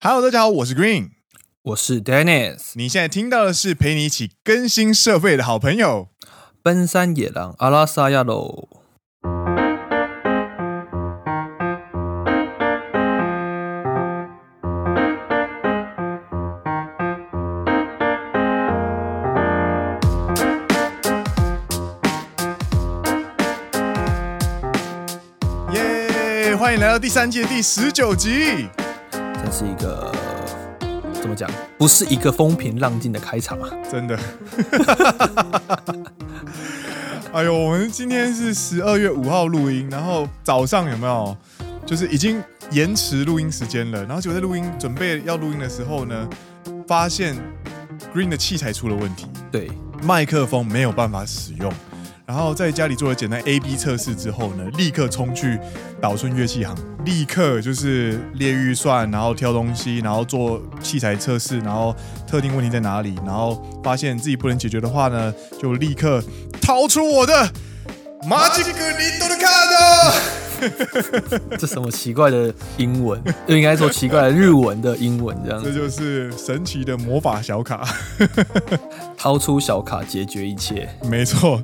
Hello，大家好，我是 Green。我是 Dennis，你现在听到的是陪你一起更新社会的好朋友。奔山野狼阿拉萨亚喽。耶、欢迎来到第三季的第十九集。真是一个怎么讲？不是一个风平浪静的开场啊！真的。 哎呦，我们今天是十二月五号录音，然后早上有没有就是已经延迟录音时间了？然后结果在录音准备要录音的时候呢，发现 Green 的器材出了问题，对，麦克风没有办法使用。然后在家里做了简单 A B 测试之后呢，立刻冲去岛顺乐器行，立刻就是列预算，然后挑东西，然后做器材测试，然后特定问题在哪里，然后发现自己不能解决的话呢，就立刻掏出我的马吉格尼多的卡的。这什么奇怪的英文？ 就应该说奇怪的日文的英文，这这样就是神奇的魔法小卡。掏出小卡解决一切。没错，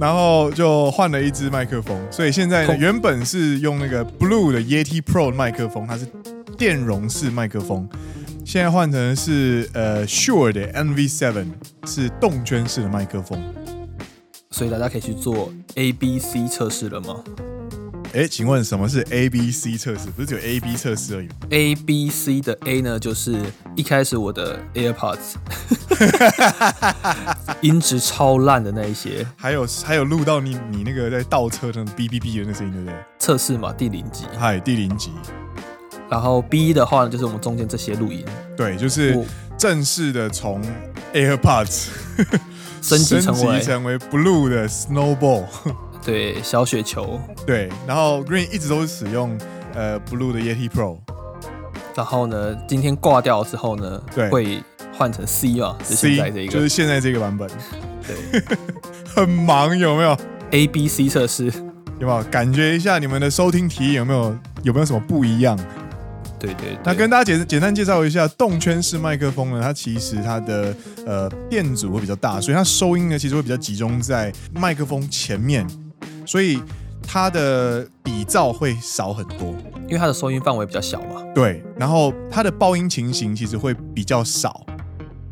然后就换了一支麦克风，所以现在呢空原本是用那个 Blue 的 Yeti Pro 的麦克风，它是电容式麦克风，现在换成是呃 Shure 的 NV7 是动圈式的麦克风。所以大家可以去做 A B C 测试了吗哎，请问什么是 A B C 测试？不是只有 A B 测试而已吗。 ？A B C 的 A 呢，就是一开始我的 AirPods 音质超烂的那一些还有还有录到你你那个在倒车的哔哔哔的那声音，对不对？测试嘛，第零集。嗨，第零集，然后 B 的话呢，就是我们中间这些录音，对，就是我正式的从 AirPods 升级成为成为 Blue 的 Snowball， 对小雪球，对，然后 Green 一直都是使用呃 Blue 的 Yeti Pro 然后呢，今天挂掉之后呢，对会换成 C 啊， 是现 C，在这一就个是现在这个版本， 对很忙有没有？ A B C 测试，有没有感觉一下你们的收听体验有没有有没有什么不一样？对对对，那跟大家简简单介绍一下，动圈式麦克风呢，它其实它的呃电阻会比较大，所以它收音呢其实会比较集中在麦克风前面，所以它的底噪会少很多。因为它的收音范围比较小嘛，对，然后它的爆音情形其实会比较少。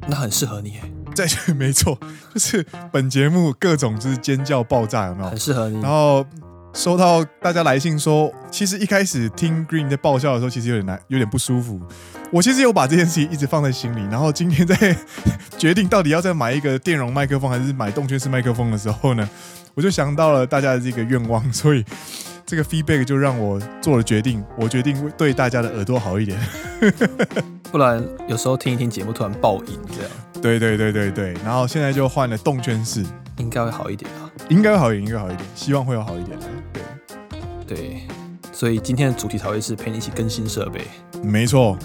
那很适合你耶，在没错，就是本节目各种就是尖叫爆炸，有没有很？适合你哦然。后收到大家来信说，其实一开始听 Green 在爆笑的时候，其实有点难，有点不舒服。我其实有把这件事情一直放在心里，然后今天在 决定到底要再买一个电容麦克风还是买动圈式麦克风的时候呢，我就想到了大家的这个愿望，所以这个 feedback 就让我做了决定，我决定对大家的耳朵好一点。不然有时候听一听节目突然爆音这样，对对对对对，然后现在就换了动圈式，应该会好一点啊。应该会好一点，应该会好一点，希望会有好一点。啊对，对，所以今天的主题才会是陪你一起更新设备，没错，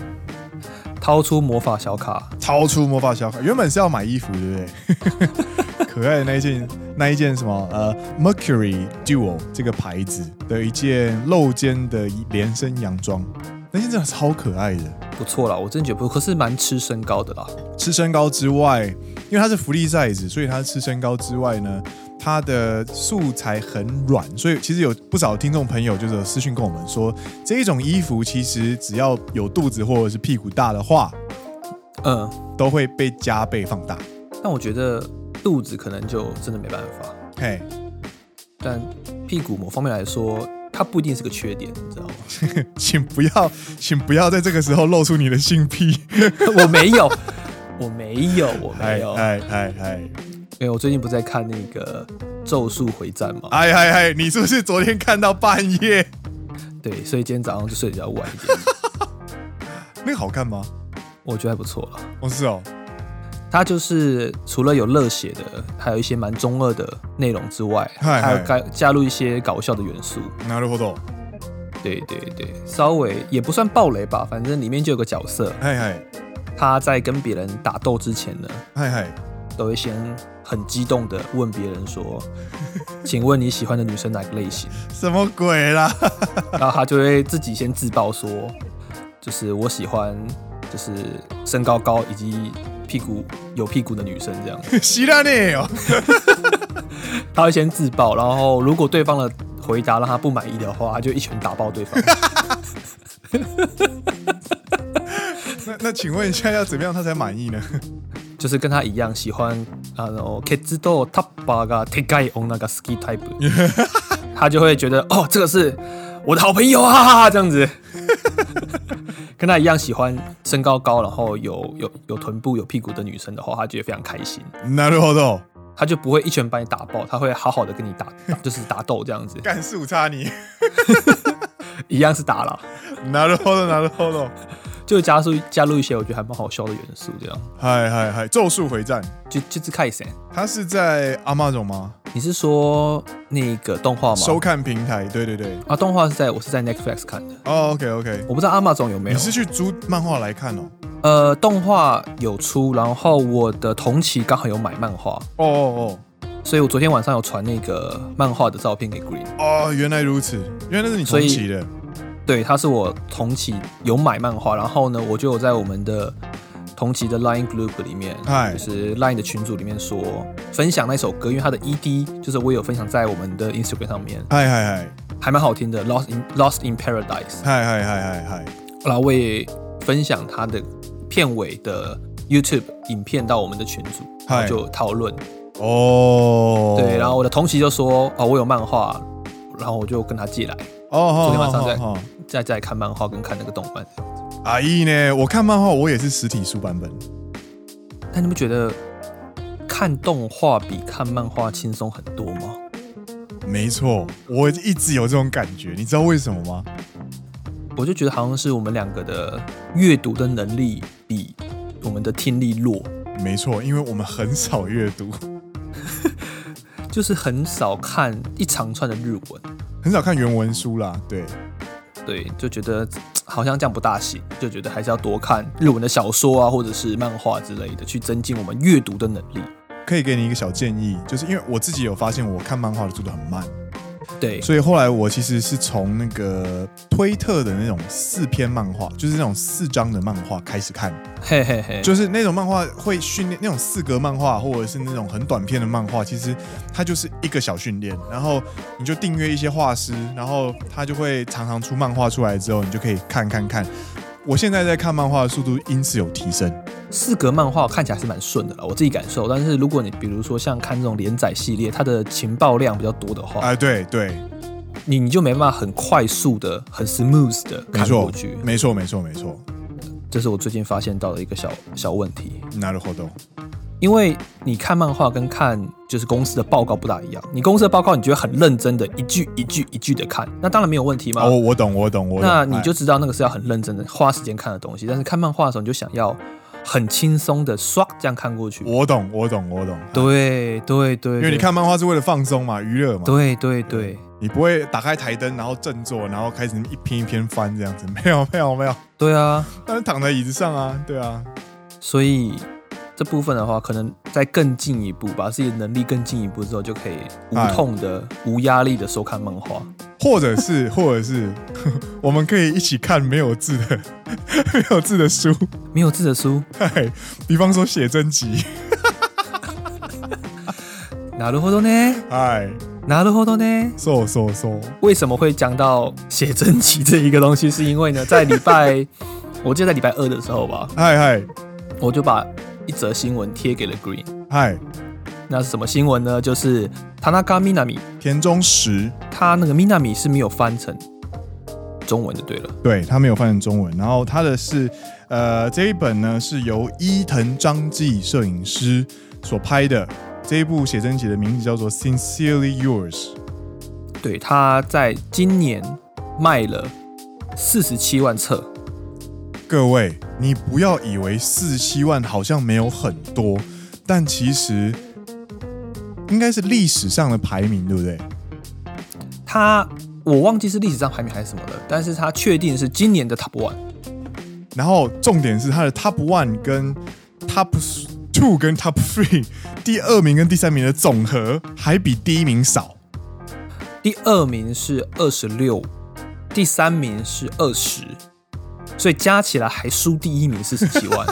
掏出魔法小卡，超出魔法小卡，原本是要买衣服，对不对？ 可爱的那一件，那一件什么呃，Mercury Duo 这个牌子的一件露肩的连身洋装，那件真的超可爱的。不错啦，我真的觉得不错，可是蛮吃身高的啦。吃身高之外，因为它是福利 size，所以它吃身高之外呢，它的素材很软，所以其实有不少听众朋友就是有私讯跟我们说，这一种衣服其实只要有肚子或者是屁股大的话，嗯，都会被加倍放大。但我觉得肚子可能就真的没办法。嘿， 但屁股某方面来说，它不一定是个缺点，你知道吗？ 请不要，请不要在这个时候露出你的性癖。我没有，我没有，我没哎有。哎哎哎没有，我最近不是在看那个《咒术回战》嘛？哎哎哎，你是不是昨天看到半夜？对，所以今天早上就睡得比较晚一点，那个好看吗？我觉得还不错了。哦是哦，它就是除了有热血的，还有一些蛮中二的内容之外，嗨还嗨有加加入一些搞笑的元素。なるほど。对对对，稍微也不算暴雷吧，反正里面就有个角色，嗨嗨他在跟别人打斗之前呢，嗨嗨，都会先很激动的问别人说：“请问你喜欢的女生哪个类型什么鬼啦？？”然后他就会自己先自爆说：“就是我喜欢就是身高高以及屁股有屁股的女生这样。 希拉内哦，他会先自爆，然后如果对方的回答让他不满意的话，他就一拳打爆对方。那那请问一下，要怎么样他才满意呢？ 就是跟他一样喜欢啊，然后 kids do t a p a ga t e g a i on 那个 ski type，他就会觉得哦，这个是我的好朋友啊，哈哈哈这样子。跟他一样喜欢身高高，然后有有有臀部、有屁股的女生的话，他觉得非常开心，なるほど，他就不会一拳把你打爆，他会好好的跟你打， 打就是打斗这样子，干四五差 你，一样是打了，なるほど，なるほど，就加入加入一些我觉得还蛮好笑的元素，这样嗨嗨嗨，咒术回战，就就是看谁，它是在阿玛总吗？你是说那个动画收吗？看平台，对对对，啊，动画是在我是在 Netflix 看的，哦，OK OK，我不知道阿玛总有没你有。是去租漫画来看哦？呃，动画有出，然后我的同期刚好有买漫画，哦哦所以我昨天晚上有传那个漫画的照片给 Green。哦，哦，原来如此，原来那是你同所以期的，对，他是我同期有买漫画，然后呢，我就有在我们的同期的 Line Group 里面，嗨就是 Line 的群组里面说分享那首歌，因为它的 ED 就是我有分享在我们的 Instagram 上面，嗨嗨嗨还蛮好听的，《Lost in Lost in Paradise》。嗨嗨嗨嗨嗨，然后我也分享他的片尾的 YouTube 影片到我们的群组，然嗨后就讨论。哦，对，然后我的同期就说：“哦，我有漫画。”然后我就跟他借来，哦，昨天晚上在哦哦哦再再看漫画跟看那个动漫。阿姨呢？我看漫画，我也是实体书版本。但你们觉得看动画比看漫画轻松很多吗？没错，我一直有这种感觉，你知道为什么吗？我就觉得好像是我们两个的阅读的能力比我们的听力弱，没错，因为我们很少阅读， 就是很少看一长串的日文。很少看原文书啦。对，对，就觉得好像这样不大行，就觉得还是要多看日文的小说啊，或者是漫画之类的，去增进我们阅读的能力。可以给你一个小建议，就是因为我自己有发现，我看漫画的速度很慢，对，所以后来我其实是从那个推特的那种四篇漫画，就是那种四章的漫画开始看，嘿嘿嘿，就是那种漫画会训练那种四格漫画，或者是那种很短篇的漫画，其实它就是一个小训练，然后你就订阅一些画师，然后他就会常常出漫画出来之后，你就可以看看看。我现在在看漫画的速度因此有提升，四格漫画看起来是蛮顺的了，我自己感受。但是如果你比如说像看这种连载系列，它的情报量比较多的话，哎、对对，你你就没办法很快速的、很 smooth 的没看错过去，。没错，没错，没错，这是我最近发现到的一个小小问题，拿了活动，因为你看漫画跟看就是公司的报告不大一样。你公司的报告，你觉得很认真的一句一句一句的看，那当然没有问题嘛。哦，我懂，我懂，我懂。那你哎就知道那个是要很认真的花时间看的东西，但是看漫画的时候，你就想要很轻松的刷这样看过去。我懂，我懂，我懂。哎，对对对，哦因为你对，看漫画是为了放松嘛，娱乐嘛，对对对你不会打开台灯，然后振作，然后开始一篇一篇翻这样子，没有，没有，没有。对啊，但是躺在椅子上啊，对啊，所以这部分的话，可能再更进一步，把自己的能力更进一步之后，就可以无哎痛的、无压力的收看漫画。或者是 或者是，我们可以一起看没有字的 没有字的书，没有字的书，嗨，比方说写真集，なるほどね，嗨，なるほどね。 so so so，为什么会讲到写真集这一个东西？是因为呢，在礼拜， 我记得在礼拜二的时候吧，嗨嗨我就把一则新闻贴给了 Green。嗨，那是什么新闻呢？就是田中みなみ，田中实，他那个みなみ是没有翻成中文就对了。对他没有翻成中文，然后他的是，呃，这一本呢是由伊藤章纪摄影师所拍的，这一部写真集的名字叫做《Sincerely Yours》，对，他在今年卖了四十七万册，各位，你不要以为四十七万好像没有很多，但其实应该是历史上的排名，对不对？他我忘记是历史上排名还是什么了，但是他确定是今年的 Top One。然后重点是它的 Top One 跟 Top Two 跟 Top Three 第二名跟第三名的总和还比第一名少，第二名是二十六，第三名是二十，所以加起来还输第一名四十七万，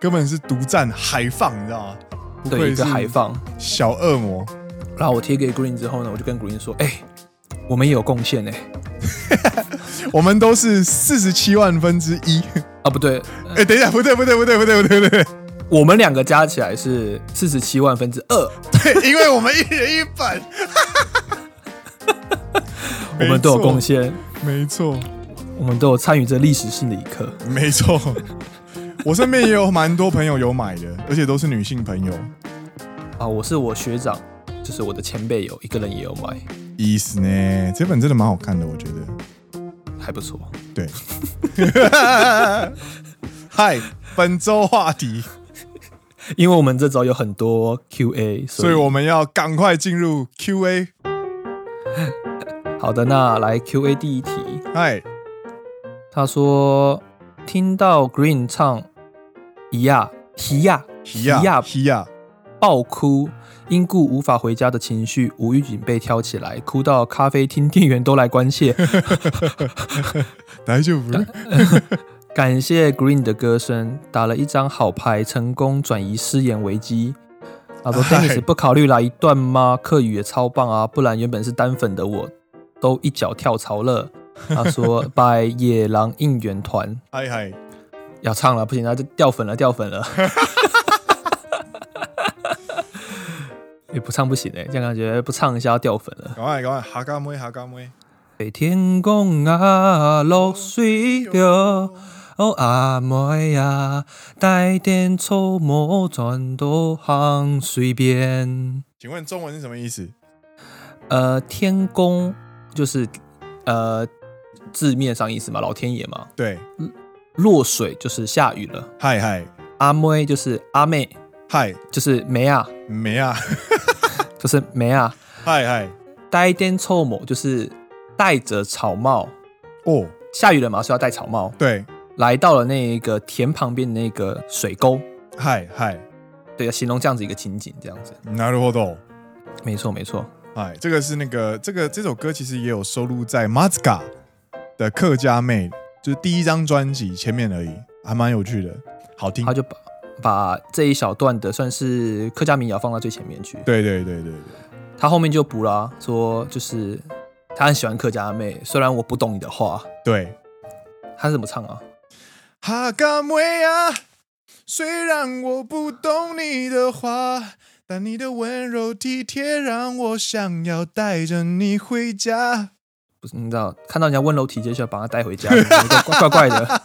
根本是独占海放，你知道吗？ 不对愧一是个海放。小恶魔，然后我贴给 Green 之后呢，我就跟 Green 说：“哎、我们也有贡献哎、我们都是四十七万分之一。 啊，不对，哎、等一下，不对，不对，不对，不对，不对，不对，我们两个加起来是四十七万分之二，对， 因为我们一人一半， 我们都有贡献，没错，我们都有参与这历史性的一刻。没错。我身边也有蛮多朋友有买的，而且都是女性朋友，啊，我是我学长，就是我的前辈有一个人也有买，意思呢？这本真的蛮好看的，我觉得。还不错。 对，嗨，本周话题，因为我们这周有很多 Q&A，所所以以我们要赶快进入 Q&A。好的，那来 Q&A 第一题，嗨，他说听到 Green 唱一亚提亚皮亚，皮亚，爆哭，因故无法回家的情绪无预警被挑起来，哭到咖啡厅店员都来关切。大丈夫？感谢 Green 的歌声，打了一张好牌，成功转移失言危机。他说哎：“Dennis 不考虑来一段吗？客语也超棒啊，不然原本是单粉的我都一脚跳槽了。”他说：“拜野狼应援团嗨嗨，要唱了，不行，他就掉粉了，掉粉了。 也不唱不行哎、这样感觉不唱一下要掉粉了。”赶快赶快，哈嘎妹哈嘎妹，被天公啊落水着，哦阿妹啊，带点草木全都行随便。请问中文是什么意思？呃，天公就是呃字面上意思嘛，老天爷嘛。对，落水就是下雨了，嗨嗨阿妹就是阿妹，嗨，就是梅啊，没啊，就是梅啊，嗨嗨，带点草木就是戴着草帽，哦，下雨了嘛，所以要戴草帽。对，来到了那一个田旁边的那个水沟。嗨嗨，对，形容这样子一个情景，这样子，なるほど。没错没错。哎，这个是那个这个这首歌其实也有收录在 Mazka 的客家妹，就是第一张专辑前面而已，还蛮有趣的，好听他。就把把这一小段的算是客家民谣放到最前面去，对对对对对，他后面就补啦、说就是他很喜欢客家妹，虽然我不懂你的话，对。他是怎么唱啊？哈嘎妹啊，虽然我不懂你的话，但你的温柔体贴让我想要带着你回家。不是你知道，看到人家温柔体贴就要把他带回家，怪怪怪怪的，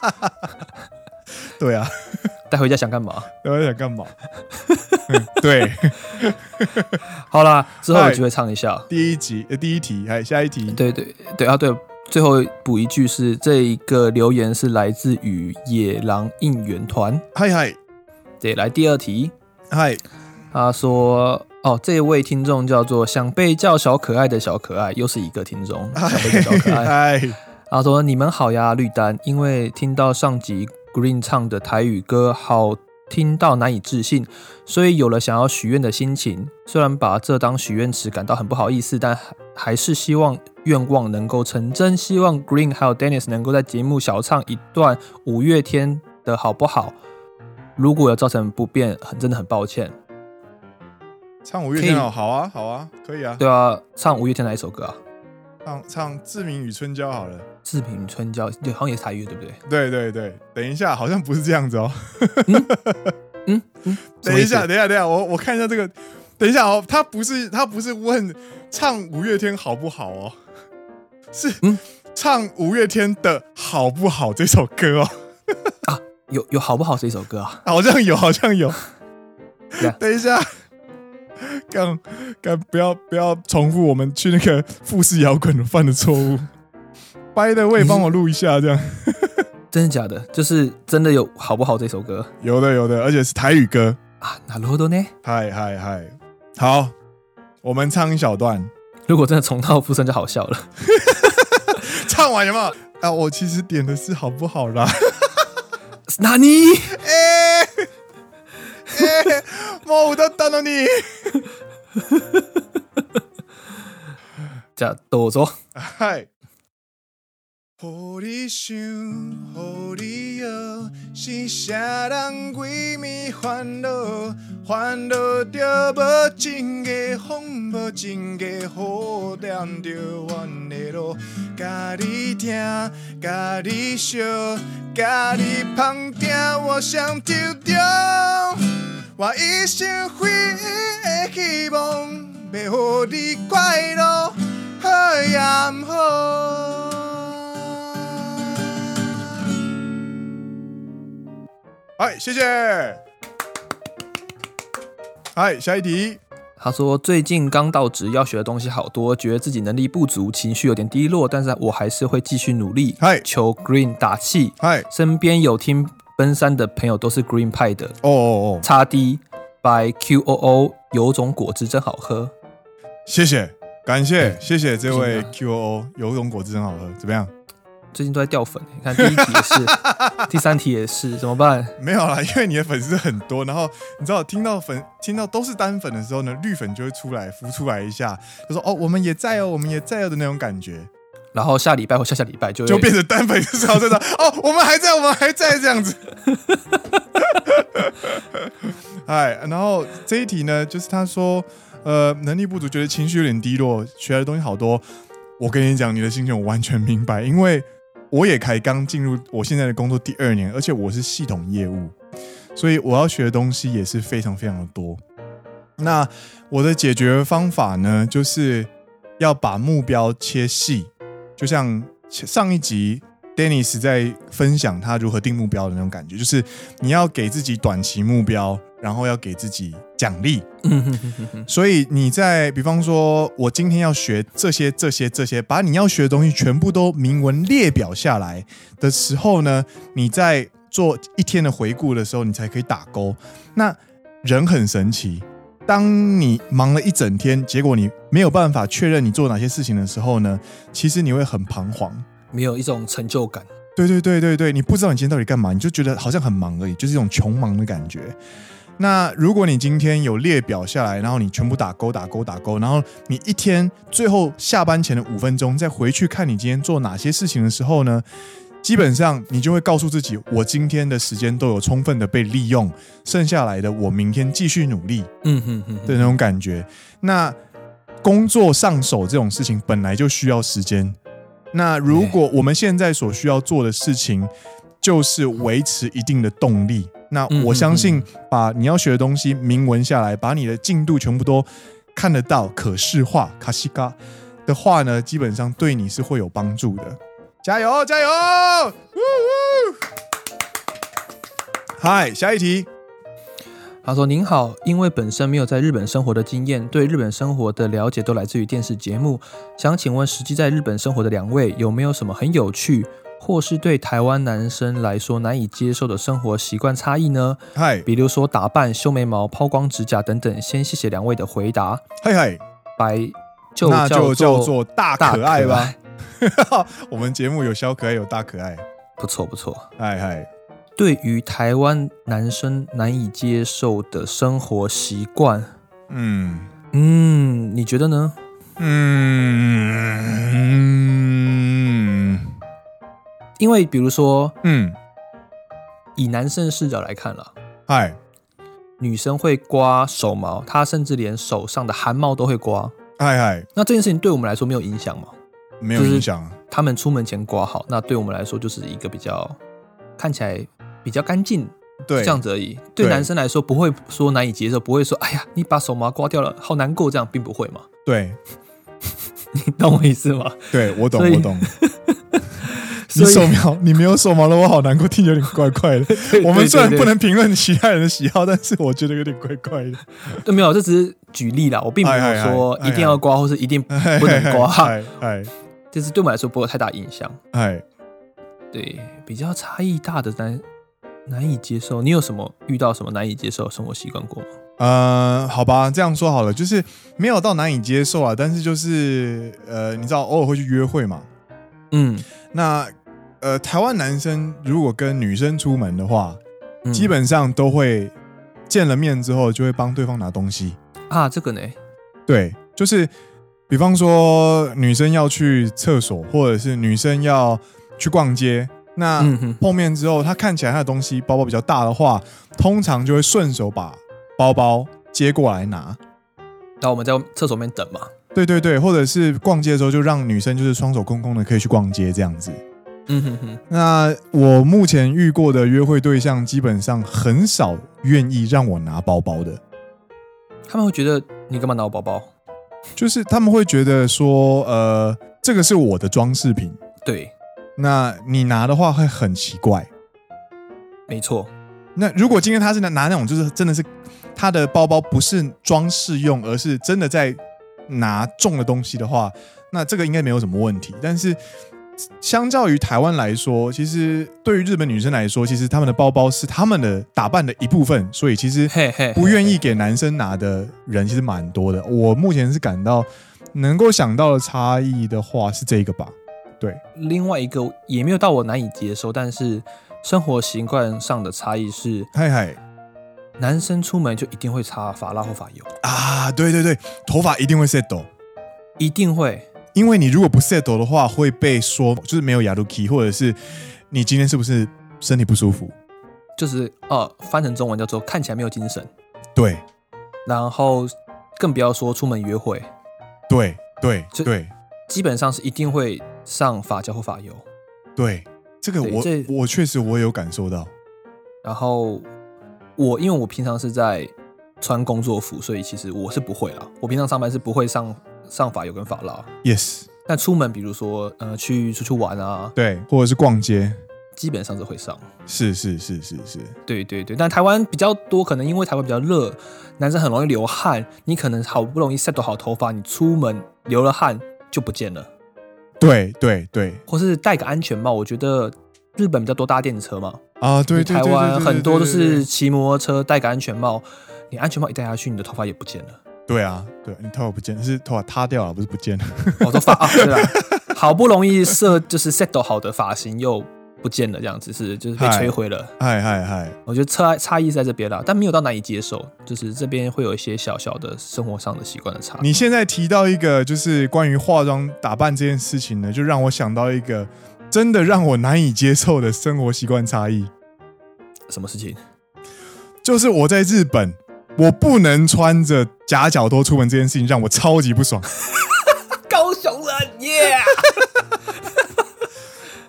对啊，带回家想干嘛？我在想干嘛？嗯对，好啦，之后有嗨机会唱一下。第一集、呃、第一题，还下一题。对对对啊对，最后补一句是这一个留言是来自于野狼应援团。嗨嗨对，来第二题。嗨，他说：“哦，这位听众叫做想被叫小可爱的小可爱，又是一个听众，哎想被叫小可爱。 嗨，他说：“你们好呀，绿丹，因为听到上集 Green 唱的台语歌好听到难以置信，所以有了想要许愿的心情。虽然把这当许愿池感到很不好意思，但还还是希望愿望能够成真。希望 Green 还有 Dennis 能够在节目小唱一段五月天的好不好？如果有造成不便，很真的很抱歉。”唱五月可以天哦，好啊，好啊，可以啊，对啊，唱五月天哪一首歌啊？唱唱《志明与春娇》好了。 《志平春娇》对，好像也是台语的，对不对？对对对，等一下，好像不是这样子哦。嗯嗯，什等么意一思下，，等一下，等一下，我我看一下这个。等一下哦，他不是他不是问唱五月天好不好哦，是、嗯唱五月天的好不好这首歌哦，有有好不好这一首歌啊？好像有，好像有对啊。等一下，刚刚不要不要重复我们去那个富士摇滚犯的错误。By the way，你是帮我录一下，这样真的假的？就是真的有好不好这首歌有的有的，而且是台语歌。啊？哪罗多呢？嗨嗨嗨，好，我们唱一小段，如果真的重蹈覆辙就好笑了。唱完有没有？啊，我其实点的是好不好 啦？哪尼？哎哎，もう歌ったのに。叫抖着。嗨，予你想，予你摇，是啥人鬼迷烦恼？烦恼着无情的风，无情的雨，点着阮的路。甲你听，甲你笑，甲你旁听，我想抽着。我一生唯一的希望，要互你快乐，好也毋好。哎，谢谢。哎，下一题。他说最近刚到职，要学的东西好多，觉得自己能力不足，情绪有点低落，但是我还是会继续努力。嗨求 Green 打气。哎，身边有听奔山的朋友都是 Green 派的。哦哦哦， x D by Q O O，有种果汁真好喝。谢谢，感谢，谢谢这位不 QOO，有种果汁真好喝，怎么样？最近都在掉粉、你看第一题 也是，第三题也是，怎么办？没有啦，因为你的粉丝很多，然后你知道听到粉听到都是单粉的时候呢，绿粉就会出来浮出来一下，就说哦我们也在哦，我们也在哦的那种感觉，然后下礼拜或下下礼拜就会就变成单粉就是好真的哦我们还在，我们还在这样子。 哎，然后这一题呢，就是他说呃能力不足，觉得情绪有点低落，学来的东西好多。我跟你讲，你的心情我完全明白，因为我也才刚进入我现在的工作第二年，而且我是系统业务，所以我要学的东西也是非常非常的多。那我的解决方法呢，就是要把目标切细，就像上一集 Dennis 在分享他如何定目标的那种感觉，就是你要给自己短期目标，然后要给自己奖励，嗯哼哼哼哼所以你在比方说，我今天要学这些、这些、这些，把你要学的东西全部都明文列表下来的时候呢，你在做一天的回顾的时候，你才可以打勾。那人很神奇，当你忙了一整天，结果你没有办法确认你做哪些事情的时候呢，其实你会很彷徨。没有一种成就感。对对对对对，你不知道你今天到底干嘛，你就觉得好像很忙而已，就是一种穷忙的感觉。那如果你今天有列表下来，然后你全部打勾打勾打勾，然后你一天最后下班前的五分钟再回去看你今天做哪些事情的时候呢，基本上你就会告诉自己，我今天的时间都有充分的被利用，剩下来的我明天继续努力。嗯哼哼哼，的那种感觉。那工作上手这种事情本来就需要时间。那如果我们现在所需要做的事情，就是维持一定的动力。那嗯我嗯相信，把你要学的东西明文下来，把你的进度全部都看得到、可视化、卡西嘎的话呢，基本上对你是会有帮助的。加油，加油！呜呜嗨，下一题。他说：“您好，因为本身没有在日本生活的经验，对日本生活的了解都来自于电视节目。想请问，实际在日本生活的两位有没有什么很有趣，或是对台湾男生来说难以接受的生活习惯差异呢？嗨，比如说打扮、修眉毛、抛光指甲等等。先谢谢两位的回答。嗨嗨。白就那就叫做做大大可爱吧。， 我们节目有小可爱，有大可爱，不错不错。哎嗨，对于台湾男生难以接受的生活习惯，嗯嗯，你觉得呢？嗯因为比如说，嗯，以男生的视角来看了，嗨女生会刮手毛，她甚至连手上的汗毛都会刮。嗨嗨，那这件事情对我们来说没有影响嘛？没有影响，啊他们出门前刮好，那对我们来说就是一个比较看起来比较干净对，这样子而已。对对男生来说，不会说难以接受，不会说哎呀，你把手毛刮掉了，好难过，这样并不会嘛？ 对你懂我意思吗？对，我懂所以我懂。你 所以手毛， 你没有手毛了，我好难过，听着有点怪怪的。 对我们虽然对对不能评论其他人的喜好，但是我觉得有点怪怪的。对呃没有，这只是举例啦，我并没哎哎有哎说哎一定要刮或是 一定不能刮，哎哎就是对我们来说不会有太大影响。哎，对，比较差异大的难难以接受。你有什么遇到什么难以接受的生活习惯过吗？呃，好吧，这样说好了，就是没有到难以接受啊，但是就是呃，你知道偶尔会去约会嘛。嗯，那呃，台湾男生如果跟女生出门的话，嗯基本上都会见了面之后就会帮对方拿东西。啊，这个呢，对，就是比方说女生要去厕所，或者是女生要去逛街，那嗯哼碰面之后，他看起来他的东西包包比较大的话，通常就会顺手把包包接过来拿。然后我们在厕所里面等嘛。对对对，或者是逛街的时候就让女生就是双手空空的可以去逛街这样子。嗯哼哼，那我目前遇过的约会对象基本上很少愿意让我拿包包的，他们会觉得你干嘛拿我包包？就是他们会觉得说，呃，这个是我的装饰品，对，那你拿的话会很奇怪。没错，那如果今天他是拿拿那种，就是真的是他的包包不是装饰用，而是真的在拿重的东西的话，那这个应该没有什么问题。但是相较于台湾来说，其实对于日本女生来说，其实她们的包包是她们的打扮的一部分，所以其 实嘿嘿，不愿嘿意给男生拿的人其实蛮多的。我目前是感到能够想到的差异的话是这个吧。另外一个也没有到我难以接受，但是生活习惯上的差异是，嗨嗨男生出门就一定会擦发蜡或发油，啊，对对对，头发一定会 set 哦一定会。因为你如果不 settle 的话，会被说就是没有雅鲁 key，或者是你今天是不是身体不舒服？就是呃，翻成中文叫做看起来没有精神，对然后更不要说出门约会，对对这对基本上是一定会上发胶或发油。对，这个对我这我确实我有感受到。然后我因为我平常是在穿工作服，所以其实我是不会啦。我平常上班是不会上上发油跟发蜡， Yes，但出门比如说呃去出去玩啊，对，或者是逛街，基本上是会上。是是是是是，对对对，但台湾比较多，可能因为台湾比较热，男生很容易流汗，你可能好不容易 set 好头发，你出门流了汗就不见了，对对对或是戴个安全帽。我觉得日本比较多搭电车嘛，啊，对对对台对湾对很多都对对对是骑摩托车戴个安全帽，你安全帽一戴下去，你的头发也不见了，对啊，对你头发不见，是头发塌掉了，不是不见了。我都发啊，对了，好不容易设就是 set 好的发型又不见了，这样子是就是被嗨摧毁了。嗨嗨嗨，我觉得差差异是在这边啦，但没有到难以接受，就是这边会有一些小小的生活上的习惯的差异。你现在提到一个就是关于化妆打扮这件事情呢，就让我想到一个真的让我难以接受的生活习惯差异。什么事情？就是我在日本，我不能穿着夹脚拖出门这件事情让我超级不爽。高雄人耶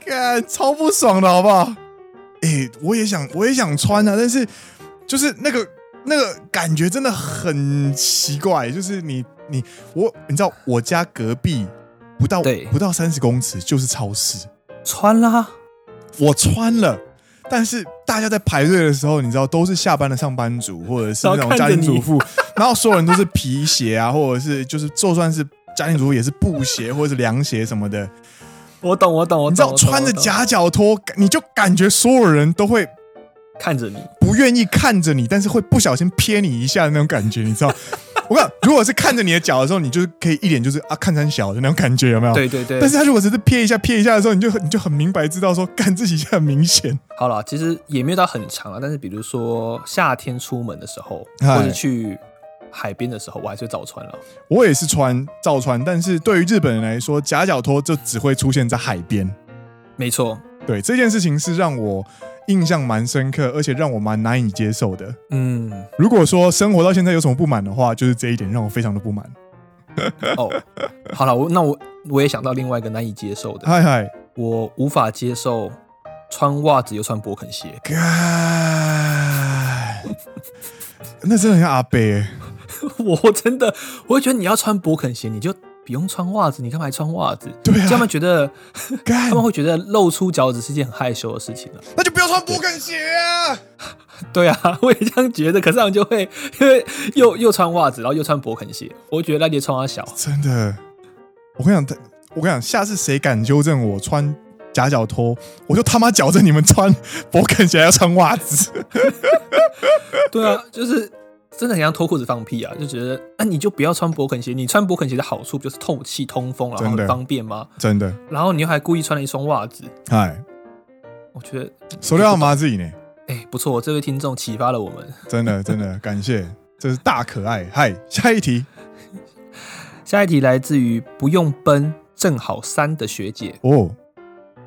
干，超不爽的好不好？哎、我也想，我也想穿啊，但是就是那个那个感觉真的很奇怪，就是你你我，你知道我家隔壁不到对不到三十公尺就是超市，穿啦，我穿了。但是大家在排队的时候，你知道都是下班的上班族或者是那种然后家看着庭你主妇， 然后所有人都是皮鞋啊，或者是就是就算是家庭主妇也是布鞋或者是凉鞋什么的，我懂，我懂，我懂。你知道我懂穿着，我夹脚拖，你就感觉所有人都会懂看着你，不愿意看着你，但是会不小心瞥你一下的那种感觉，你知道？ 我看如果是看着你的脚的时候，你就是可以一脸就是啊看山小的那种感觉，有没有？。对对对。但是他如果只是瞥一下瞥一下的时候，你就很你就很明白知道说干自己现在很明显。好了，其实也没有到很长啊，但是比如说夏天出门的时候，嗨或者去海边的时候，我还是会早穿了。我也是穿照穿，但是对于日本人来说，夹脚拖就只会出现在海边。没错，对这件事情是让我印象蛮深刻，而且让我蛮难以接受的。嗯，如果说生活到现在有什么不满的话，就是这一点让我非常的不满。哦，好了，我那我我也想到另外一个难以接受的，嗨嗨，我无法接受穿袜子又穿勃肯鞋， 干，那真的很像阿贝、欸。我真的，我会觉得你要穿勃肯鞋，你就不用穿袜子，你干嘛还穿袜子？对他啊，们觉得，干他们会觉得露出脚趾是件很害羞的事情啊了、那就不要穿勃肯鞋啊！对啊， 我也这样觉得。可是他们就会 因为又又穿袜子，然后又穿勃肯鞋，我觉得那些穿他小。真的，我跟你讲，他我跟你讲，下次谁敢纠正我穿夹脚拖，我就他妈矫正你们穿勃肯鞋还要穿袜子。对啊，就是真的很像脱裤子放屁啊，就觉得啊，你就不要穿勃肯鞋。你穿勃肯鞋的好处不就是透气通风，然后真的很方便吗？真的，然后你又还故意穿了一双袜子，嗨，我觉得手料麻自己呢，哎不错，这位听众启发了我们。真的真的 感谢，这是大可爱。嗨，下一题下一题来自于不用奔正好三的学姐，哦，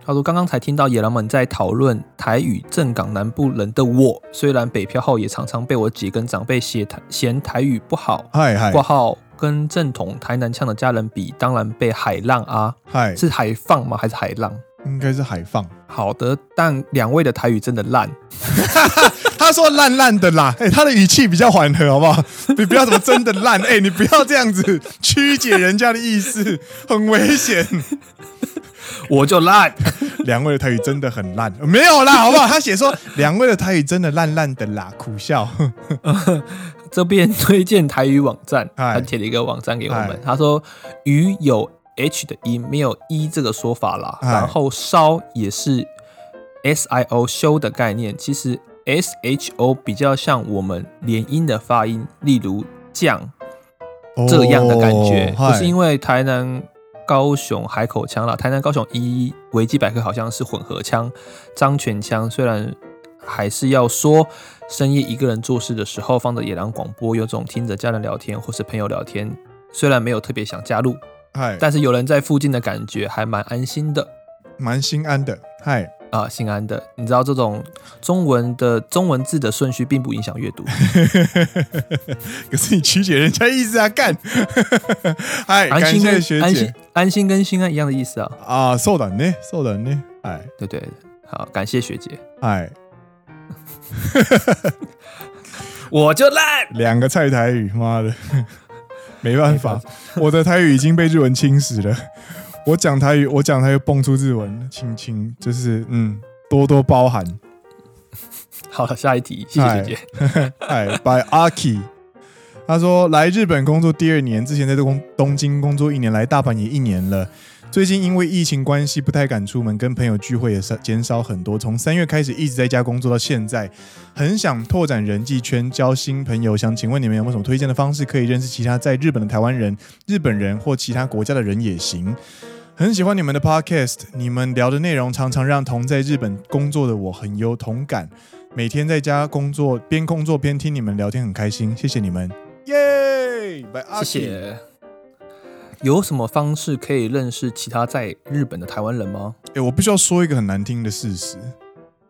他说：“刚刚才听到野狼们在讨论台语正港南部人的我，虽然北漂后也常常被我姐跟长辈嫌台嫌台语不好，嗨嗨挂号跟正统台南腔的家人比，当然被海浪啊，嗨，是海放吗？还是海浪？应该是海放。好的，但两位的台语真的烂，他说烂烂的啦，哎、他的语气比较缓和，好不好？ 你不要怎么真的烂，哎、你不要这样子曲解人家的意思， 很危险。 我就烂。两位的台语真的很烂，没有啦，好不好？他写说 两位的台语真的烂烂的啦，苦笑。 这边推荐台语网站，哎他贴了一个网站给我哎们，他说“鱼”有 “h” 的音，没有“一”这个说法啦。哎然后“烧”也是 “s i o” 修的概念，其实 “s h o” 比较像我们连音的发音，例如“酱”这样的感觉，哦就是因为台南。高雄海口腔啦，台南高雄一维基百科好像是混合腔，张全腔虽然还是要说，深夜一个人做事的时候放着野狼广播，有种听着家人聊天或是朋友聊天，虽然没有特别想加嗯入，嗨，但是有人在附近的感觉还蛮安心的蛮心安的，嗨，啊、心安的。你知道这种中文的中文字的顺序并不影响阅读，可是你曲解人家意思啊，干， 嗨，安感心谢跟学安心姐安心跟心安一样的意思啊，啊，そうだね，そうだね，哎对不对？好，感谢学姐，哎，我就烂。两个菜台语，妈的， 没办法，我的台语已经被日文侵蚀了，我讲台语，我讲台语蹦出日文，亲亲，就是嗯，多多包涵，好了，下一题，谢谢学姐。哎，by Aki，他说来日本工作第二年，之前在东东京工作一年，来大阪也一年了。最近因为疫情关系，不太敢出门，跟朋友聚会也少减少很多。从三月开始一直在家工作到现在，很想拓展人际圈，交新朋友。想请问你们有没有什么推荐的方式，可以认识其他在日本的台湾人、日本人或其他国家的人也行？很喜欢你们的 podcast，你们聊的内容常常让同在日本工作的我很有同感。每天在家工作，边工作边听你们聊天，很开心，谢谢你们，耶！拜阿谢奇。谢。有什么方式可以认识其他在日本的台湾人吗？哎、我必须要说一个很难听的事实，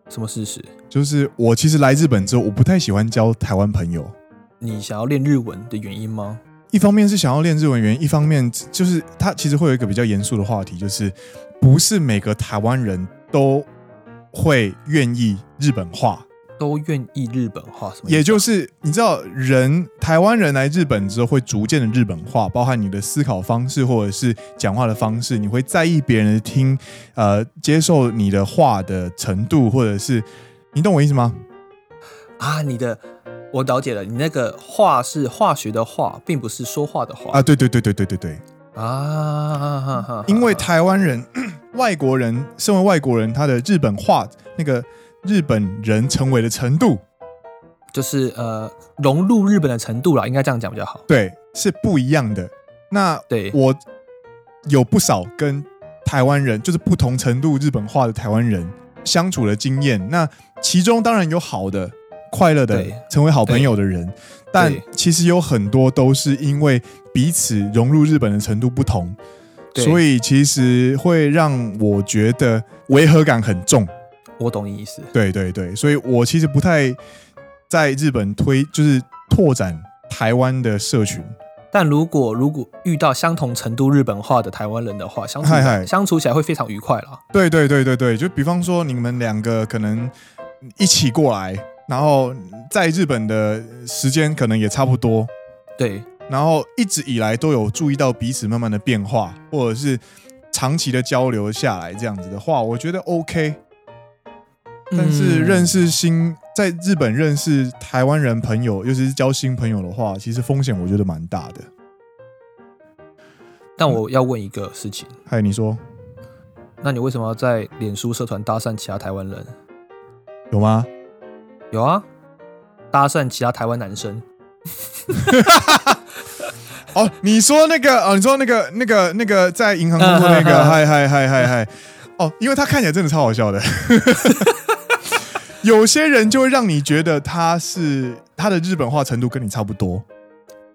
什么事实？就是我其实来日本之后，我不太喜欢交台湾朋友。你想要练日文的原因吗？一方面是想要练日文原因，一方面就是它其实会有一个比较严肃的话题，就是不是每个台湾人都会愿意日本化。都愿意日本话什么意思啊？也就是你知道，人台湾人来日本之后会逐渐的日本化，包含你的思考方式或者是讲话的方式，你会在意别人的听，呃，接受你的话的程度，或者是你懂我意思吗？啊，你的我了解了，你那个话是化学的化，并不是说话的话啊，对对对对对对对，啊哈哈哈哈因为台湾人、 外国人，身为外国人，他的日本化那个日本人成为的程度，就是呃融入日本的程度啦，应该这样讲比较好。对，是不一样的。那对，我有不少跟台湾人，就是不同程度日本化的台湾人相处的经验。那其中当然有好的、快乐的对，成为好朋友的人，但其实有很多都是因为彼此融入日本的程度不同，对所以其实会让我觉得违和感很重。我懂你意思。对对对，所以我其实不太在日本推，就是拓展台湾的社群。但如果如果遇到相同程度日本话的台湾人的话，相处嗨嗨相处起来会非常愉快啦。对对对对对，就比方说你们两个可能一起过来，然后在日本的时间可能也差不多，对，然后一直以来都有注意到彼此慢慢的变化，或者是长期的交流下来这样子的话，我觉得 OK。但是嗯认识新在日本认识台湾人朋友，尤其是交新朋友的话，其实风险我觉得蛮大的。但我要问一个事情，嗨，你说那你为什么要在脸书社团搭讪其他台湾人？有吗？有啊，搭讪其他台湾男生。哦，你说那个哦，你说那个那个那个在银行工作那个，嗯嗨嗨嗨嗨嗨，哦，因为他看起来真的超好笑的。 有些人就会让你觉得他是他的日本化程度跟你差不多，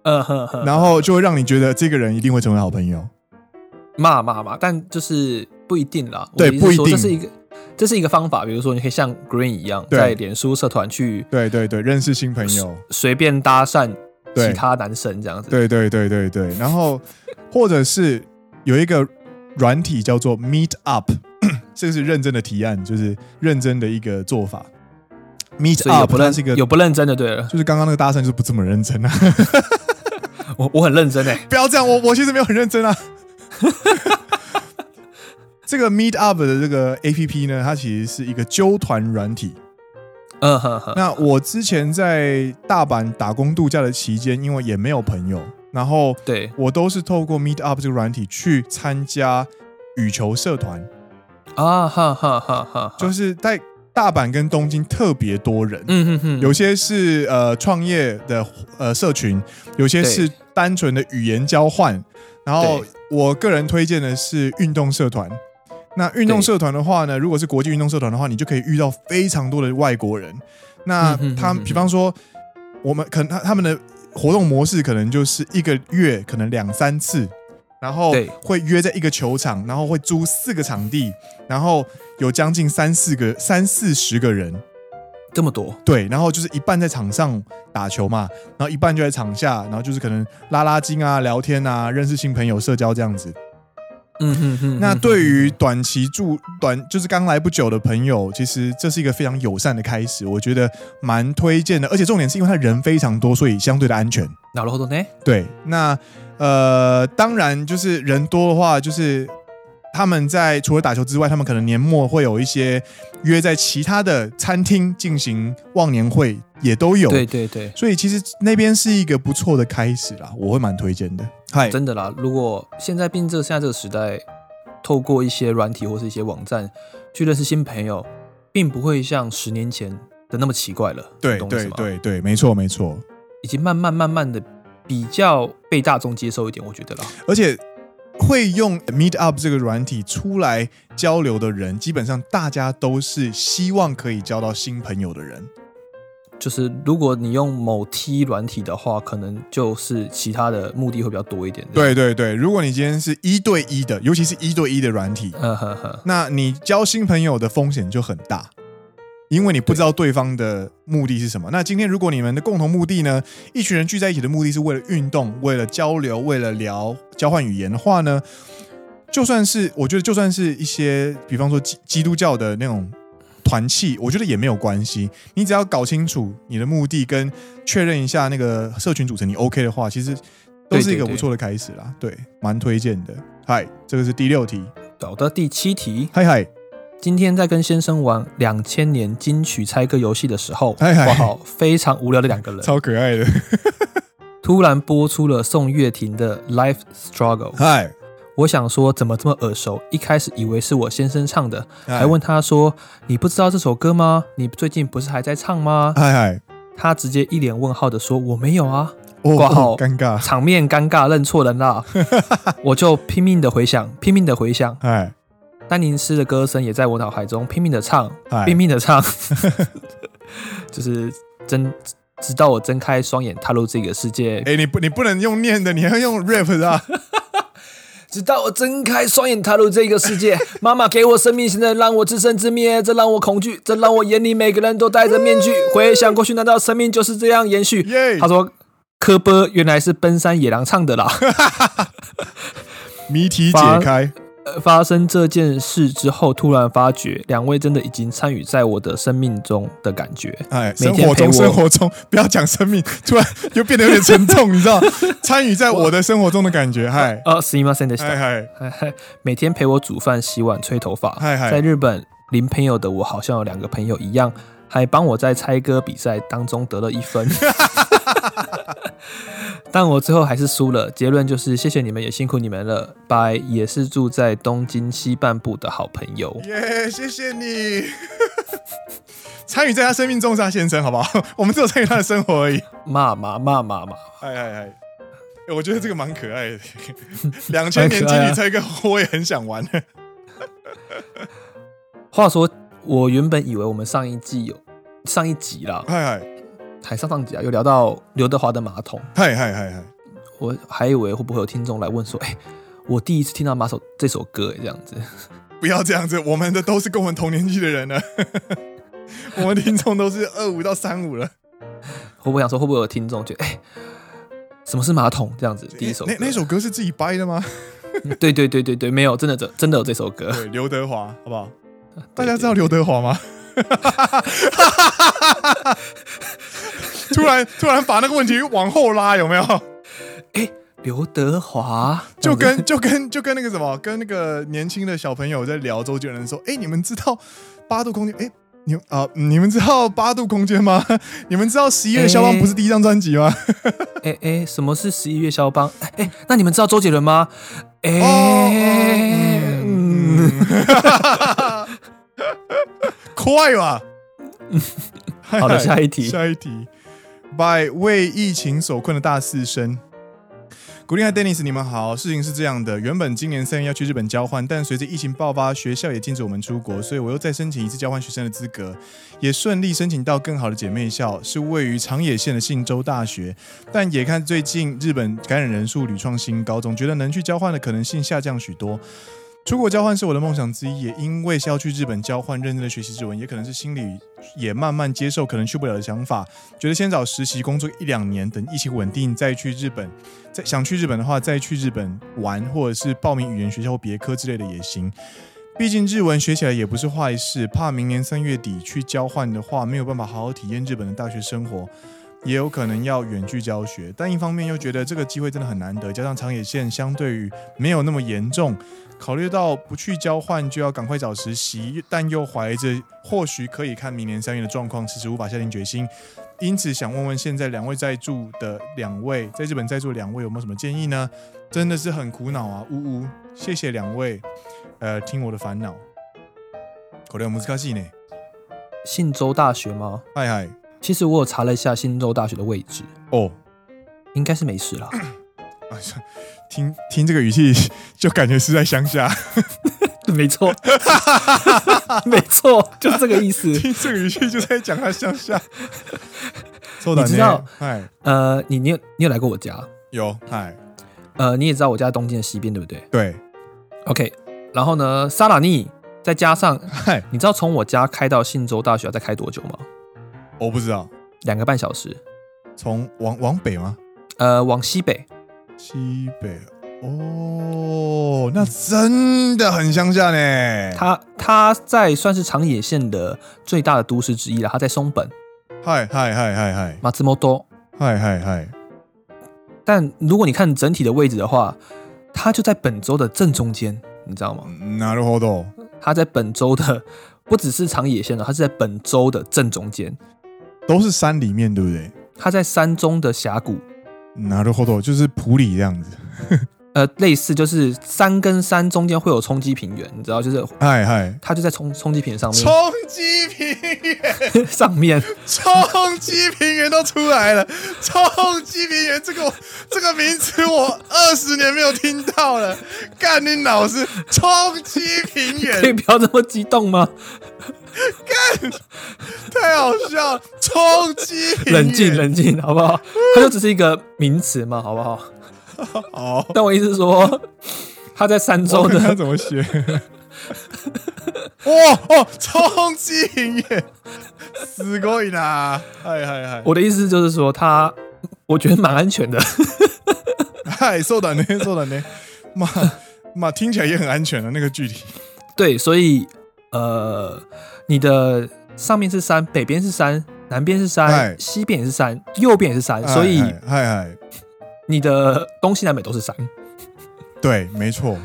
嗯哼哼，然后就会让你觉得这个人一定会成为好朋友。 骂骂骂，但就是不一定啦。对我的意思是说不一定这是一个这是一个方法。比如说，你可以像 Green 一样，对在脸书社团去对对对，认识新朋友，随便搭讪对其他男生这样子。对对对对对，然后或者是有一个软体叫做 Meet Up，这个 是认真的提案，就是认真的一个做法。Meet 所以有 Up 不它啊是一个认有不认真的，对了，就是刚刚那个搭讪就是不这么认真啊， 我我很认真哎、不要这样，我我其实没有很认真啊。 这个 Meet Up 的这个 A P P 呢，它其实是一个纠团软体。嗯哼哼，那我之前在大阪打工度假的期间，因为也没有朋友，然后对我都是透过 Meet Up 这个软体去参加羽球社团，啊，哈哈哈哈，就是是在大阪跟东京特别多人，嗯哼哼，有些是呃创业的呃社群，有些是单纯的语言交换。然后对我个人推荐的是运动社团。那运动对社团的话呢，如果是国际运动社团的话，你就可以遇到非常多的外国人。那嗯哼他嗯们哼比方说，我们可能他他们的活动模式可能就是一个月可能两三次，然后对会约在一个球场，然后会租四个场地，然后有将近三四个三四十个人，这么多，对，然后就是一半在场上打球嘛，然后一半就在场下，然后就是可能拉拉筋啊、聊天啊、认识新朋友、社交这样子。嗯哼哼，那嗯哼对于短期住短就是刚来不久的朋友，其实这是一个非常友善的开始，我觉得蛮推荐的。而且重点是因为他人非常多，所以相对的安全。なるほどね，对，那呃，当然就是人多的话，就是他们在除了打球之外，他们可能年末会有一些约在其他的餐厅进行忘年会，也都有。对对对，所以其实那边是一个不错的开始啦，我会蛮推荐的。嗨，真的啦。如果现在并这现在这个时代，透过一些软体或是一些网站去认识新朋友，并不会像十年前的那么奇怪了，对你懂我意对思吗，对对，没错没错。已经慢慢慢慢的比较被大众接受一点，我觉得啦。而且会用 Meet Up 这个软体出来交流的人，基本上大家都是希望可以交到新朋友的人。就是如果你用某 T 软体的话，可能就是其他的目的会比较多一点。，对对对，如果你今天是一对一的，尤其是一对一的软体，嗯哼哼，那你交新朋友的风险就很大，因为你不知道对方的目的是什么。那今天如果你们的共同目的呢，一群人聚在一起的目的是为了运动、为了交流、为了聊交换语言的话呢，就算是我觉得就算是一些，比方说基基督教的那种。团契，我觉得也没有关系。你只要搞清楚你的目的，跟确认一下那个社群组成，你 OK 的话，其实都是一个对对对不错的开始啦。对，蛮推荐的。嗨，这个是第六题。好的，第七题，嗨嗨，今天在跟先生玩两千年金曲猜歌游戏的时候，哎哎括号非常无聊的两个人， 超可爱的。突然播出了宋岳庭的《Life Struggle》，嗨，我想说怎么这么耳熟，一开始以为是我先生唱的，还还问他说你不知道这首歌吗？你最近不是还在唱吗？嗨嗨，他直接一脸问号的说我没有啊，哦挂号哦尴尬，场面尴尬，认错人啦！ 我就拼命的回想，拼命的回想，嗨丹宁师的歌声也在我脑海中拼命的唱，嗨拼命的唱， 就是睁，直到我睁开双眼踏入这个世界，哎，你不你不能用念的，你要用 rap 的 啊。直到我睁开双眼踏入这个 世界。妈妈给我生命，现在让我自生自灭，这让我恐惧，这让我眼里每个人都戴着面具。回想过去，难道生命就是这样延续？耶他说。科波原来是奔山野狼唱的啦。 谜题发解开，呃发生这件事之后，突然发觉两位真的已经参与在我的生命中的感觉。哎，每生天活陪中我生活中，不要讲生命， 突然又变得有点沉重，你知 道？参与在我的生活中的感觉，嗨呃，すみませんでした。嗨嗨， 每天陪我煮饭、洗碗、吹头发。嗨嗨在日本，零朋友的我好像有两个朋友一样，还帮我在猜歌比赛当中得了一分。 但我最后还是输了。结论就是，谢谢你们，也辛苦你们了。拜，也是住在东京西半部的好朋友。耶，谢谢你。 参与在他生命中是他先生，好不好？ 我们只有参与他的生活而已。骂骂骂骂骂！嗨嗨嗨，哎我觉得这个蛮可爱 的。两千年蛮可经爱啊理猜歌，我也很想玩。话说，我原本以为我们上一季有上一集啦，嗨嗨还上上集啊，有聊到刘德华的马桶，嗨嗨嗨嗨。我还以为会不会有听众来问说，哎、我第一次听到马首这首歌欸这样子。 不要这样子，我们的都是跟我们同年纪的人了， 我们听众都是二五到三五了。会不会想说，会不会有听众觉得，哎、什么是马桶这样子？第一首那歌那首歌是自己掰的吗？嗯对对对对对，没有，真的真真的有这首歌。对，刘德华，好不好？大对家知道刘德华吗？ 突然突然把那个问题往后拉，有没有？刘德华就跟就跟就跟那个什么，跟那个年轻的小朋友在聊周杰伦说：“哎、你们知道八度空间？哎、你们啊、你们知道八度空间吗？ 你们知道十一月肖邦不是第一张专辑吗？哎哎、什么是十一月肖邦？哎、哎那你们知道周杰伦吗？哎、哦哦，嗯，嗯，快吧！ 好的下一 题下一题。by 为疫情所困的大四生。古力和 Dennis，你们好。事情是这样的，原本今年三月要去日本交换，但随着疫情爆发，学校也禁止我们出国，所以我又再申请一次交换学生的资格，也顺利申请到更好的姐妹校，是位于长野县的信州大学。但也看最近日本感染人数屡创新高，总觉得能去交换的可能性下降许多。出国交换是我的梦想之一，也因为是要去日本交换，认真的学习日文，也可能是心里也慢慢接受可能去不了的想法，觉得先找实习工作一两年，等疫情稳定再去日本。再想去日本的话，再去日本玩，或者是报名语言学校或别科之类的也行。毕竟日文学起来也不是坏事，怕明年三月底去交换的话，没有办法好好体验日本的大学生活，也有可能要远距教学。但一方面又觉得这个机会真的很难得，加上长野县相对于没有那么严重，考虑到不去交换就要赶快找实习，但又怀着或许可以看明年三月的状况，迟迟无法下定决心。因此，想问问现在两位在住的两位，在日本在住的两位有没有什么建议呢？真的是很苦恼啊！呜呜，谢谢两位，呃，听我的烦恼。これは難しいね。信州大学吗？嗨嗨，其实我有查了一下信州大学的位置，哦， 应该是没事啦。啊听听这个语气，就感觉是在乡 下。没错， 没错，就这个意思。听这个语气就在讲他乡 下。そう你だ知ね道。嗨，呃，你你有你有来过我家？有嗨，呃，你也知道我家东京的西边对不对对， ？OK，然后呢，萨拉尼再加上，嗨，你知道从我家开到信州大学要再开多久吗？我不知道，两个半小时。从往往北吗？呃，往西北，西北哦，那真的很乡下呢。它它在算是长野县的最大的都市之一了。它在松本、嗨嗨嗨嗨嗨马自摩多。嗨嗨嗨，但如果你看整体的位置的话，它就在本州的正中间，你知道吗？嗯なるほど。它在本州的不只是长野县了，它是在本州的正中间，都是山里面，对不对？它在山中的峡谷，なるほど，就是普里这样子。呃，类似就是山跟山中间会有冲击平原，你知道，就是嗨嗨，它就在冲冲击平原上冲面，击平原， 上面冲击平原都出来了。冲击平原这个我这个名词我二十年没有听到了。干你老师，冲击平原可以不要这么激动吗？太好笑了，冲击平原冷静，冷静，好不好？它就只是一个名词嘛，好 不好？好。但我意思是说，它在山州哦我看他的，怎么写？哇 哦，冲击平原，すごいな！嗨嗨嗨，我的意思就是说，它我觉得蛮安全的。 嗨，そうだね，そうだ ね。嘛嘛，听起来也很安全的啊那个 距离。对，所以呃，你的上面是山，北边是山，南边是哎山，西边也是山，右边也是山，所以嗨嗨嗨，你的东西南北都是山。对，没错，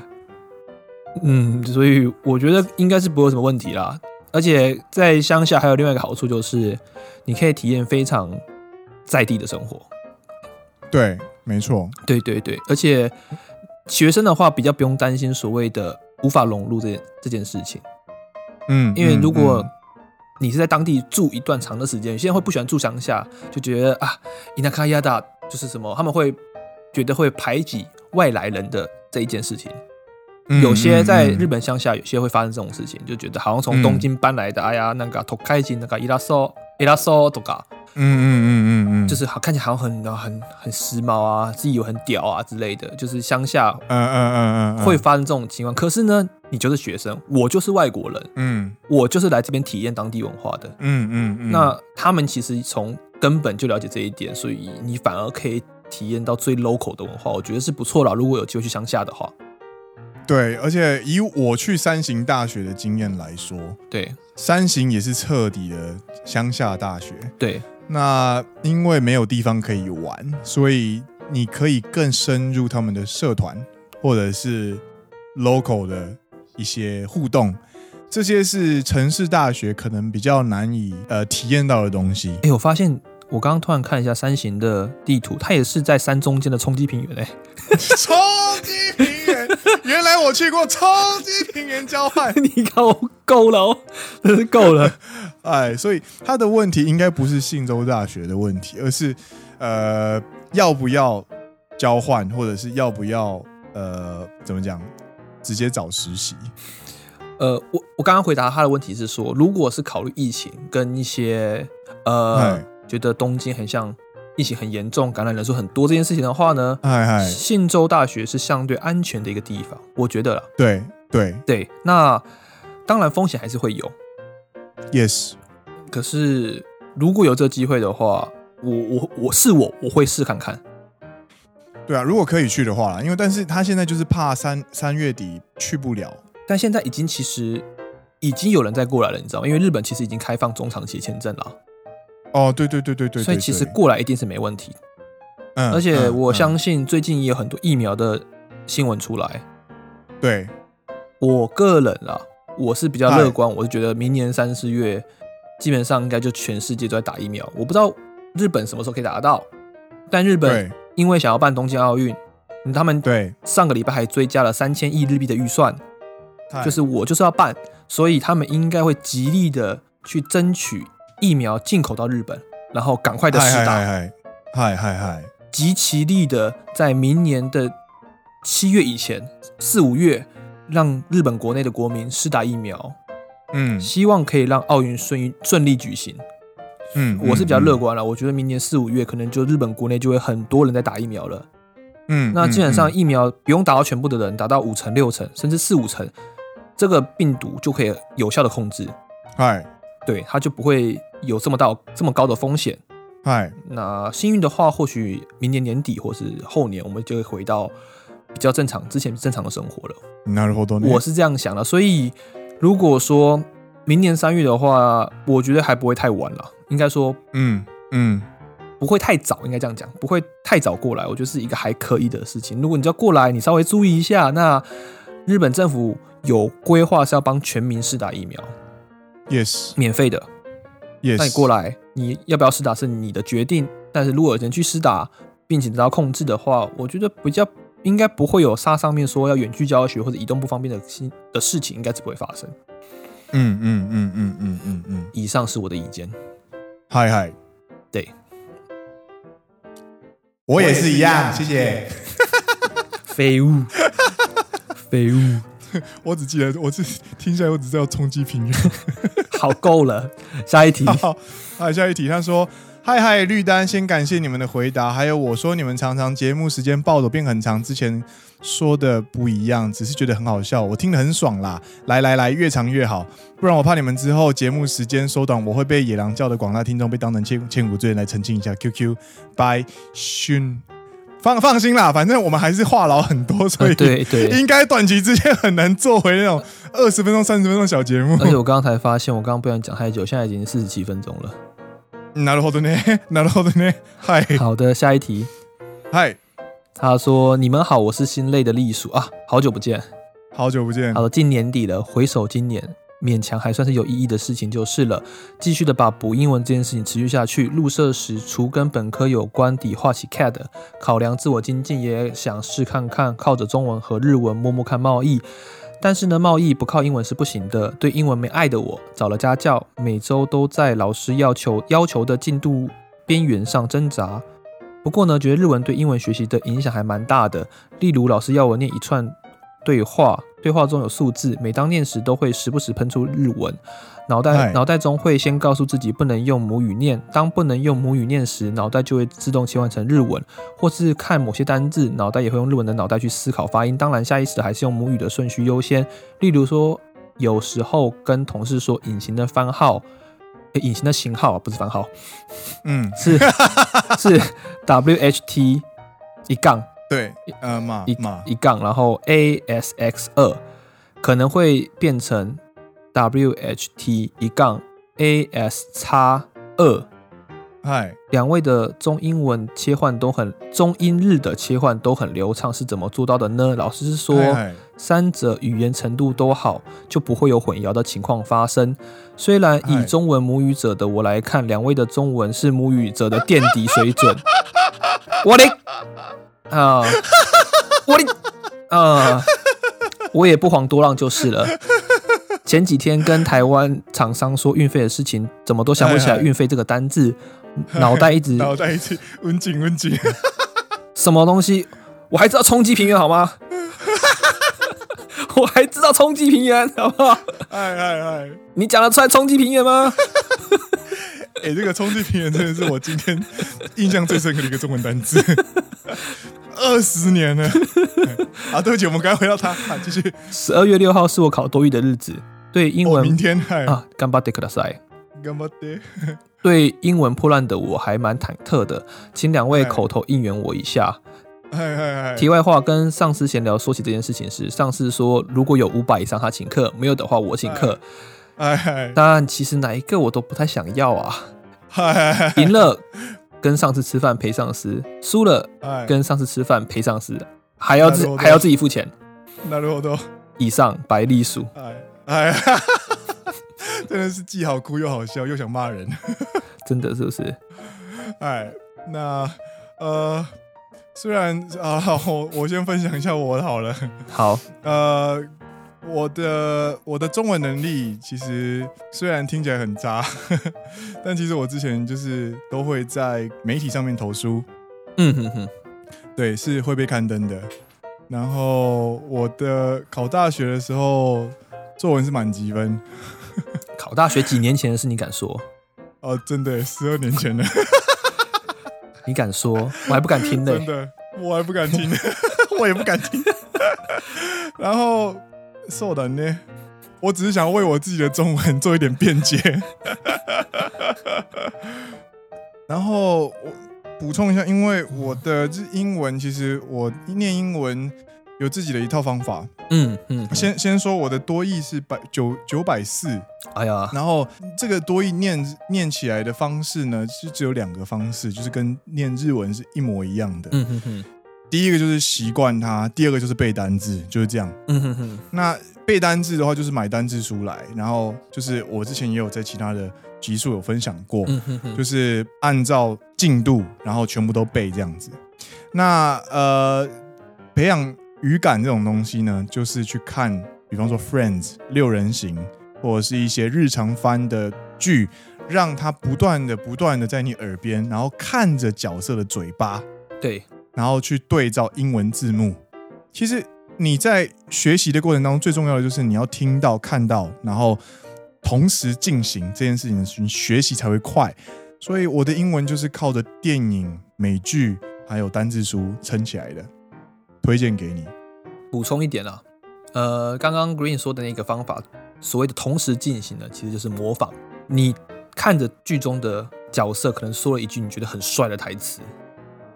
嗯，所以我觉得应该是不会有什么问题啦。而且在乡下还有另外一个好处就是，你可以体验非常在地的生活。对，没错，对对对，而且学生的话比较不用担心所谓的无法融入这这件事情，嗯，因为嗯如果嗯你是在当地住一段长的时间，有些人会不喜欢住乡下，就觉得啊，伊那卡亚达就是什么，他们会觉得会排挤外来人的这一件事情。嗯有些在嗯嗯日本乡下，有些会发生这种事情，就觉得好像从东京搬来的，哎呀，那个土开金那个伊拉索伊拉索とか，嗯嗯嗯嗯嗯，就是好看起来好像很很很时髦啊，自己有很屌啊之类的，就是乡下嗯嗯嗯嗯嗯会发生这种情况。可是呢，你就是学生，我就是外国人，嗯我就是来这边体验当地文化的。嗯嗯嗯，那他们其实从根本就了解这一点，所以你反而可以体验到最 local 的文化，我觉得是不错啦。如果有机会去乡下的话，对，而且以我去三行大学的经验来说，对三行也是彻底的乡下大学。对那因为没有地方可以玩，所以你可以更深入他们的社团或者是 local 的一些互动，这些是城市大学可能比较难以呃体验到的东西。哎、我发现我刚刚突然看一下山形的地图，它也是在山中间的冲击平原哎、超级平原，原来我去过超级平原交换， 你看我够了哦，真是够了。哎，所以他的问题应该不是信州大学的问题，而是呃要不要交换，或者是要不要呃怎么讲，直接找实习。呃，我我刚刚回答他的问题是说，如果是考虑疫情跟一些呃嗨觉得东京很像疫情很严重，感染人数很多这件事情的话呢，哎哎，信州大学是相对安全的一个地方，我觉得啦。对对对，那当然风险还是会有， ，yes，可是如果有这机会的话，我我我是我我会试看看。对啊，如果可以去的话啦，因为但是他现在就是怕三三月底去不了。但现在已经其实已经有人在过来了，你知道吗？因为日本其实已经开放中长期签证了，啊哦，对对对对对，所以对其实对过来一定是没问题。嗯而且嗯嗯我相信最近也有很多疫苗的新闻出来。对我个人啊，我是比较嗨乐观，我是觉得明年三四月基本上应该就全世界都在打疫苗。我不知道日本什么时候可以打得到，但日本对因为想要办东京奥运，他们对，上个礼拜还追加了三千亿日币的预算，嗨就是我就是要办，所以他们应该会极力的去争取疫苗进口到日本，然后赶快的嗨施嗨打，嗨嗨嗨嗨嗨，极其力的在明年的七月以前，四五月让日本国内的国民施打疫苗，嗯希望可以让奥运顺顺利举行。嗯，我是比较嗯乐，观了，我觉得明年四五月可能就日本国内就会很多人在打疫苗了。嗯，那嗯基本上嗯疫苗不用打到全部的人，打到五成、六成，甚至四五成，这个病毒就可以有效的控制，嗨对，它就不会有这么大这么高的风险。嗨，那幸运的话，或许明年年底或是后年，我们就会回到比较正常之前正常的生活了。なるほどね。我是这样想的，所以如果说明年三月的话，我觉得还不会太晚了，应该说嗯嗯，不会太早，应该这样讲，不会太早过来，我觉得是一个还可以的事情。如果你要过来，你稍微注意一下，那日本政府有规划是要帮全民试打疫苗， Yes, 免费的。 yes。那你过来，你要不要试打是你的决定，但是如果有人去试打，并且得到控制的话，我觉得比较应该不会有沙上面说要远距教学或者移动不方便的新的事情，应该是不会发生。嗯，嗯嗯嗯嗯嗯嗯，以上是我的意见。嗨嗨，对，我也是一样，谢谢。废物，废物，我只记得，我只听起来，我只知道冲击平原。好够了，下一题。好，好，下一题，他说。嗨嗨，绿丹，先感谢你们的回答，还有我说你们常常节目时间暴走变很长，之前说的不一样，只是觉得很好笑，我听得很爽啦。来来来，越长越好，不然我怕你们之后节目时间缩短，我会被野狼叫的广大听众被当成千千古罪人来澄清一下。QQ by 勋，放放心啦，反正我们还是话痨很多，所以、呃对对，应该短期之间很难做回那种二十分钟、三十分钟的小节目。而且我刚刚才发现，我刚刚不小心讲太久，现在已经四十七分钟了。なるほどね，なるほどね。嗨好的，下一题。嗨，他说：“你们好，我是心累的栗鼠啊，好久不见。好久不见好。了，呃近年底了，回首今年，勉强还算是有意义的事情就是了。继续的把补英文这件事情持续下去。入社时除跟本科有关底画起 CAD，考量自我精进，也想试看看靠着中文和日文摸摸看贸易。但是呢，贸易不靠英文是不行的。对英文没爱的我，找了家教，每周都在老师要求要求的进度边缘上挣扎。不过呢，觉得日文对英文学习的影响还蛮大的。例如，老师要我念一串对话，对话中有数字，每当念时都会时不时喷出日文。脑嗨袋脑袋中会先告诉自己不能用母语念，当不能用母语念时，脑袋就会自动切换成日文，或是看某些单字，脑袋也会用日文的脑袋去思考发音。当然，下意识的还是用母语的顺序优先。例如说，有时候跟同事说隐形的番号，诶隐形的型号啊不是番号，嗯，是 是 W H T 一杠对，呃，马一马，一杠，然后 A S X 二可能会变成 W H T 一杠 A S 叉二。嗨，两位的中英文切换都很中英日的切换都很流畅，是怎么做到的呢？老师是说，嗨嗨三者语言程度都好，就不会有混淆的情况发生。虽然哎以中文母语者的我来看，两位的中文是母语者的垫底水准。我的啊，我的啊，我也不遑多让就是了。前几天跟台湾厂商说运费的事情，怎么都想不起来哎哎运费这个单字，脑袋一直然后在一起温景温景，什么东西？我还知道冲击平原好吗？嗯 我还知道冲击平原好不好？ 嗨嗨嗨，你讲得出来冲击平原吗？哎，这个冲击平原真的是我今天印象最深刻的一个中文单字， 二十年了。 哎啊，对不起，我们刚回到他， 啊继续。十二月六号是我考多语的日子，对英我文、哦明天嗨，啊，干巴得克拉塞。干嘛的？ 对英文破烂的我还蛮忐忑的，请两位哎口头应援我一下。嗨嗨嗨，题外话，跟上司闲聊说起这件事情时，上司说如果有五百以上他请客，没有的话我请客。哎嗨嗨但其实哪一个我都不太想要啊。嗨嗨赢了跟上司吃饭陪上司，输了嗨，跟上司吃饭陪上司，还要な自るほど还要自己付钱。那如果都以上白隶属。哎哎，哈哈哈 真的是既好哭又好笑，又想骂人。真的是不是？哎，那呃，虽然啊，好我我先分享一下我的好了。好，呃，我的我的中文能力其实虽然听起来很渣， 但其实我之前就是都会在媒体上面投书，嗯哼哼，对，是会被刊登的。然后我的考大学的时候，作文是满级分，考大学几年前的事，你敢说？哦、真的十二年前了。你敢说？我还不敢听呢、 真的，我还不敢听，我也不敢听。然后，受难呢，我只是想为我自己的中文做一点辩解。 然后我补充一下，因为我的日英文其实我念英文有自己的一套方法。嗯嗯，先先说我的多义是百九九百四，哎呀，然后这个多义念念起来的方式呢，是只有两个方式，就是跟念日文是一模一样的。嗯哼哼，第一个就是习惯它，第二个就是背单字，就是这样。嗯哼哼，那背单字的话，就是买单字书来，然后就是我之前也有在其他的集数有分享过，嗯哼哼，就是按照进度，然后全部都背这样子。那呃，培养语感这种东西呢，就是去看，比方说《Friends》六人行，或者是一些日常番的剧，让它不断的、不断的在你耳边，然后看着角色的嘴巴，对，然后去对照英文字幕。其实你在学习的过程当中，最重要的就是你要听到、看到，然后同时进行这件事情的时候，你学习才会快。所以我的英文就是靠着电影、美剧还有单字书撑起来的，推荐给你。补充一点啊，呃，刚刚 Green 说的那个方法，所谓的同时进行呢，其实就是模仿。你看着剧中的角色可能说了一句你觉得很帅的台词，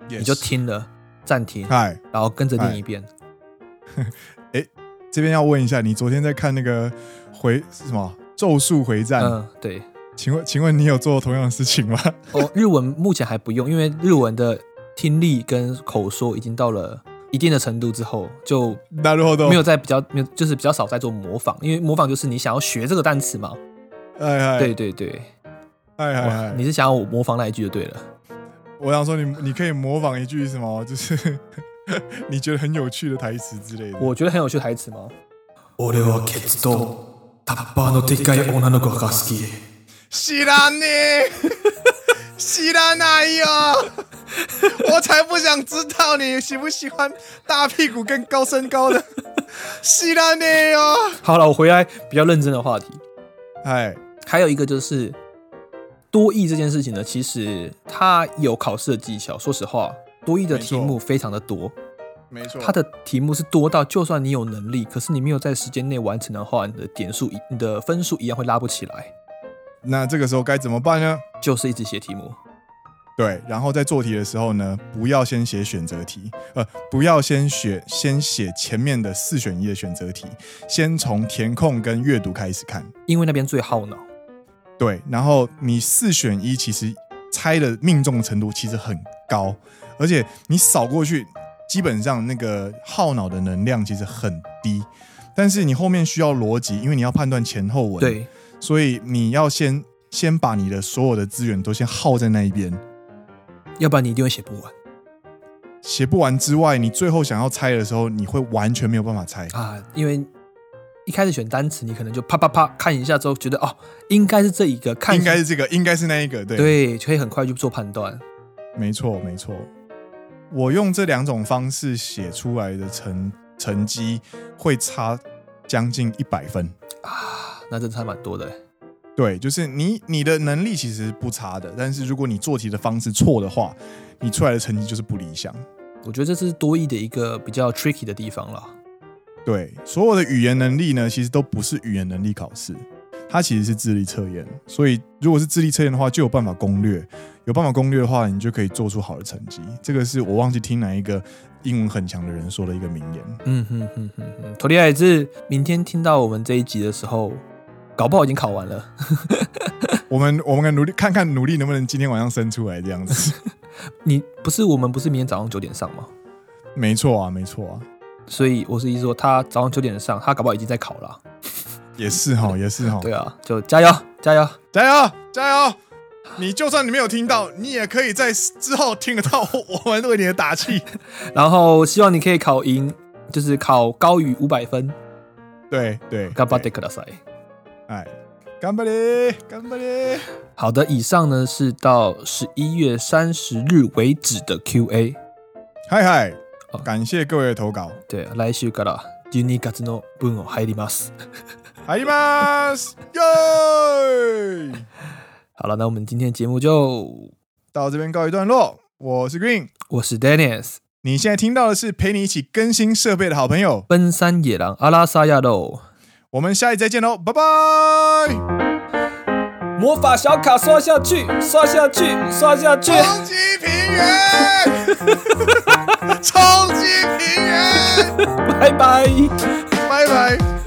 你你就听了，暂停，嗨，然后跟着念一遍。这边要问一下，你昨天在看那个回什么《咒术回战》嗯，对。请问，请问你有做同样的事情吗？哦，日文目前还不用，因为日文的听力跟口说已经到了一定的程度之后，就なるほど。 没有在比较没有就是比较少在做模仿，因为模仿就是你想要学这个单词嘛。哎，哎对，对对，哎哎哇哎，你是想要我模仿那一句就对了。我想说你，你可以模仿一句什么，就是你觉得很有趣的台词之类的。我觉得很有趣的台词吗？俺はケツとタッパーのでっかい女の子が好き知らねえ，知らないよ。我才不想知道你喜不喜欢大屁股跟高身高的希拉内哦。好了，我回来比较认真的话题，哎，还有一个就是多义这件事情呢，其实它有考试的技巧。说实话，多义的题没目非常的多，没错，它的题目是多到就算你有能力，可是你没有在时间内完成的话，你的点数一你的分数一样会拉不起来。那这个时候该怎么办呢？就是一直写题目，对，然后在做题的时候呢，不要先写选择题，呃，不要先写先写前面的四选一的选择题，先从填空跟阅读开始看。因为那边最耗脑。对，然后你四选一，其实猜的命中的程度其实很高，而且你扫过去，基本上那个耗脑的能量其实很低。但是你后面需要逻辑，因为你要判断前后文，，对，所以你要先先把你的所有的资源都先耗在那一边，要不然你一定会写不完写不完之外，你最后想要猜的时候，你会完全没有办法猜。啊，因为。一开始选单词，你可能就啪啪啪看一下之后，觉得哦，应该是这一个，看应该是这个，应该是那一个，对，对，可以很快就做判断。没错，没错。我用这两种方式写出来的成成绩会差将近一百分。啊，那真差蛮多的欸。对，就是你你的能力其实不差的，但是如果你做题的方式错的话，你出来的成绩就是不理想。我觉得这是多义的一个比较 tricky 的地方了。对，所有的语言能力呢，其实都不是语言能力考试，它其实是智力测验。所以如果是智力测验的话，就有办法攻略，有办法攻略的话，你就可以做出好的成绩。这个是我忘记听哪一个英文很强的人说的一个名言。嗯哼哼哼哼，头利还是明天听到我们这一集的时候，搞不好已经考完了。我们 我们努力看看努力能不能今天晚上生出来这样子。你不是我们不是明天早上九点上吗？没错啊，没错啊，所以我是意思说，他早上九点上，他搞不好已经在考了啊。也是哈，也是哈，哦对啊，就加油加油！加油加油！你就算你没有听到，你也可以在之后听得到我们为你的打 气。然后希望你可以考赢，就是考高于五百分。对对，干巴对得克大赛。哎，干巴嘞，干巴嘞。好的，以上呢是到十一月三十日为止的 Q&A。嗨嗨好，感谢各位的投稿，对，来週から12月の分を入ります。还有吗？哟，好了，那我们今天节目就，到这边告一段落。我是 Green，我是 Dennis，你现在听到的是陪你一起更新设备的好朋友。奔山野狼阿拉萨亚喽，我们下一集再见喽，拜拜。魔法小卡刷下去，刷下去，刷下去。冲击平原，冲击平原，拜拜。拜拜。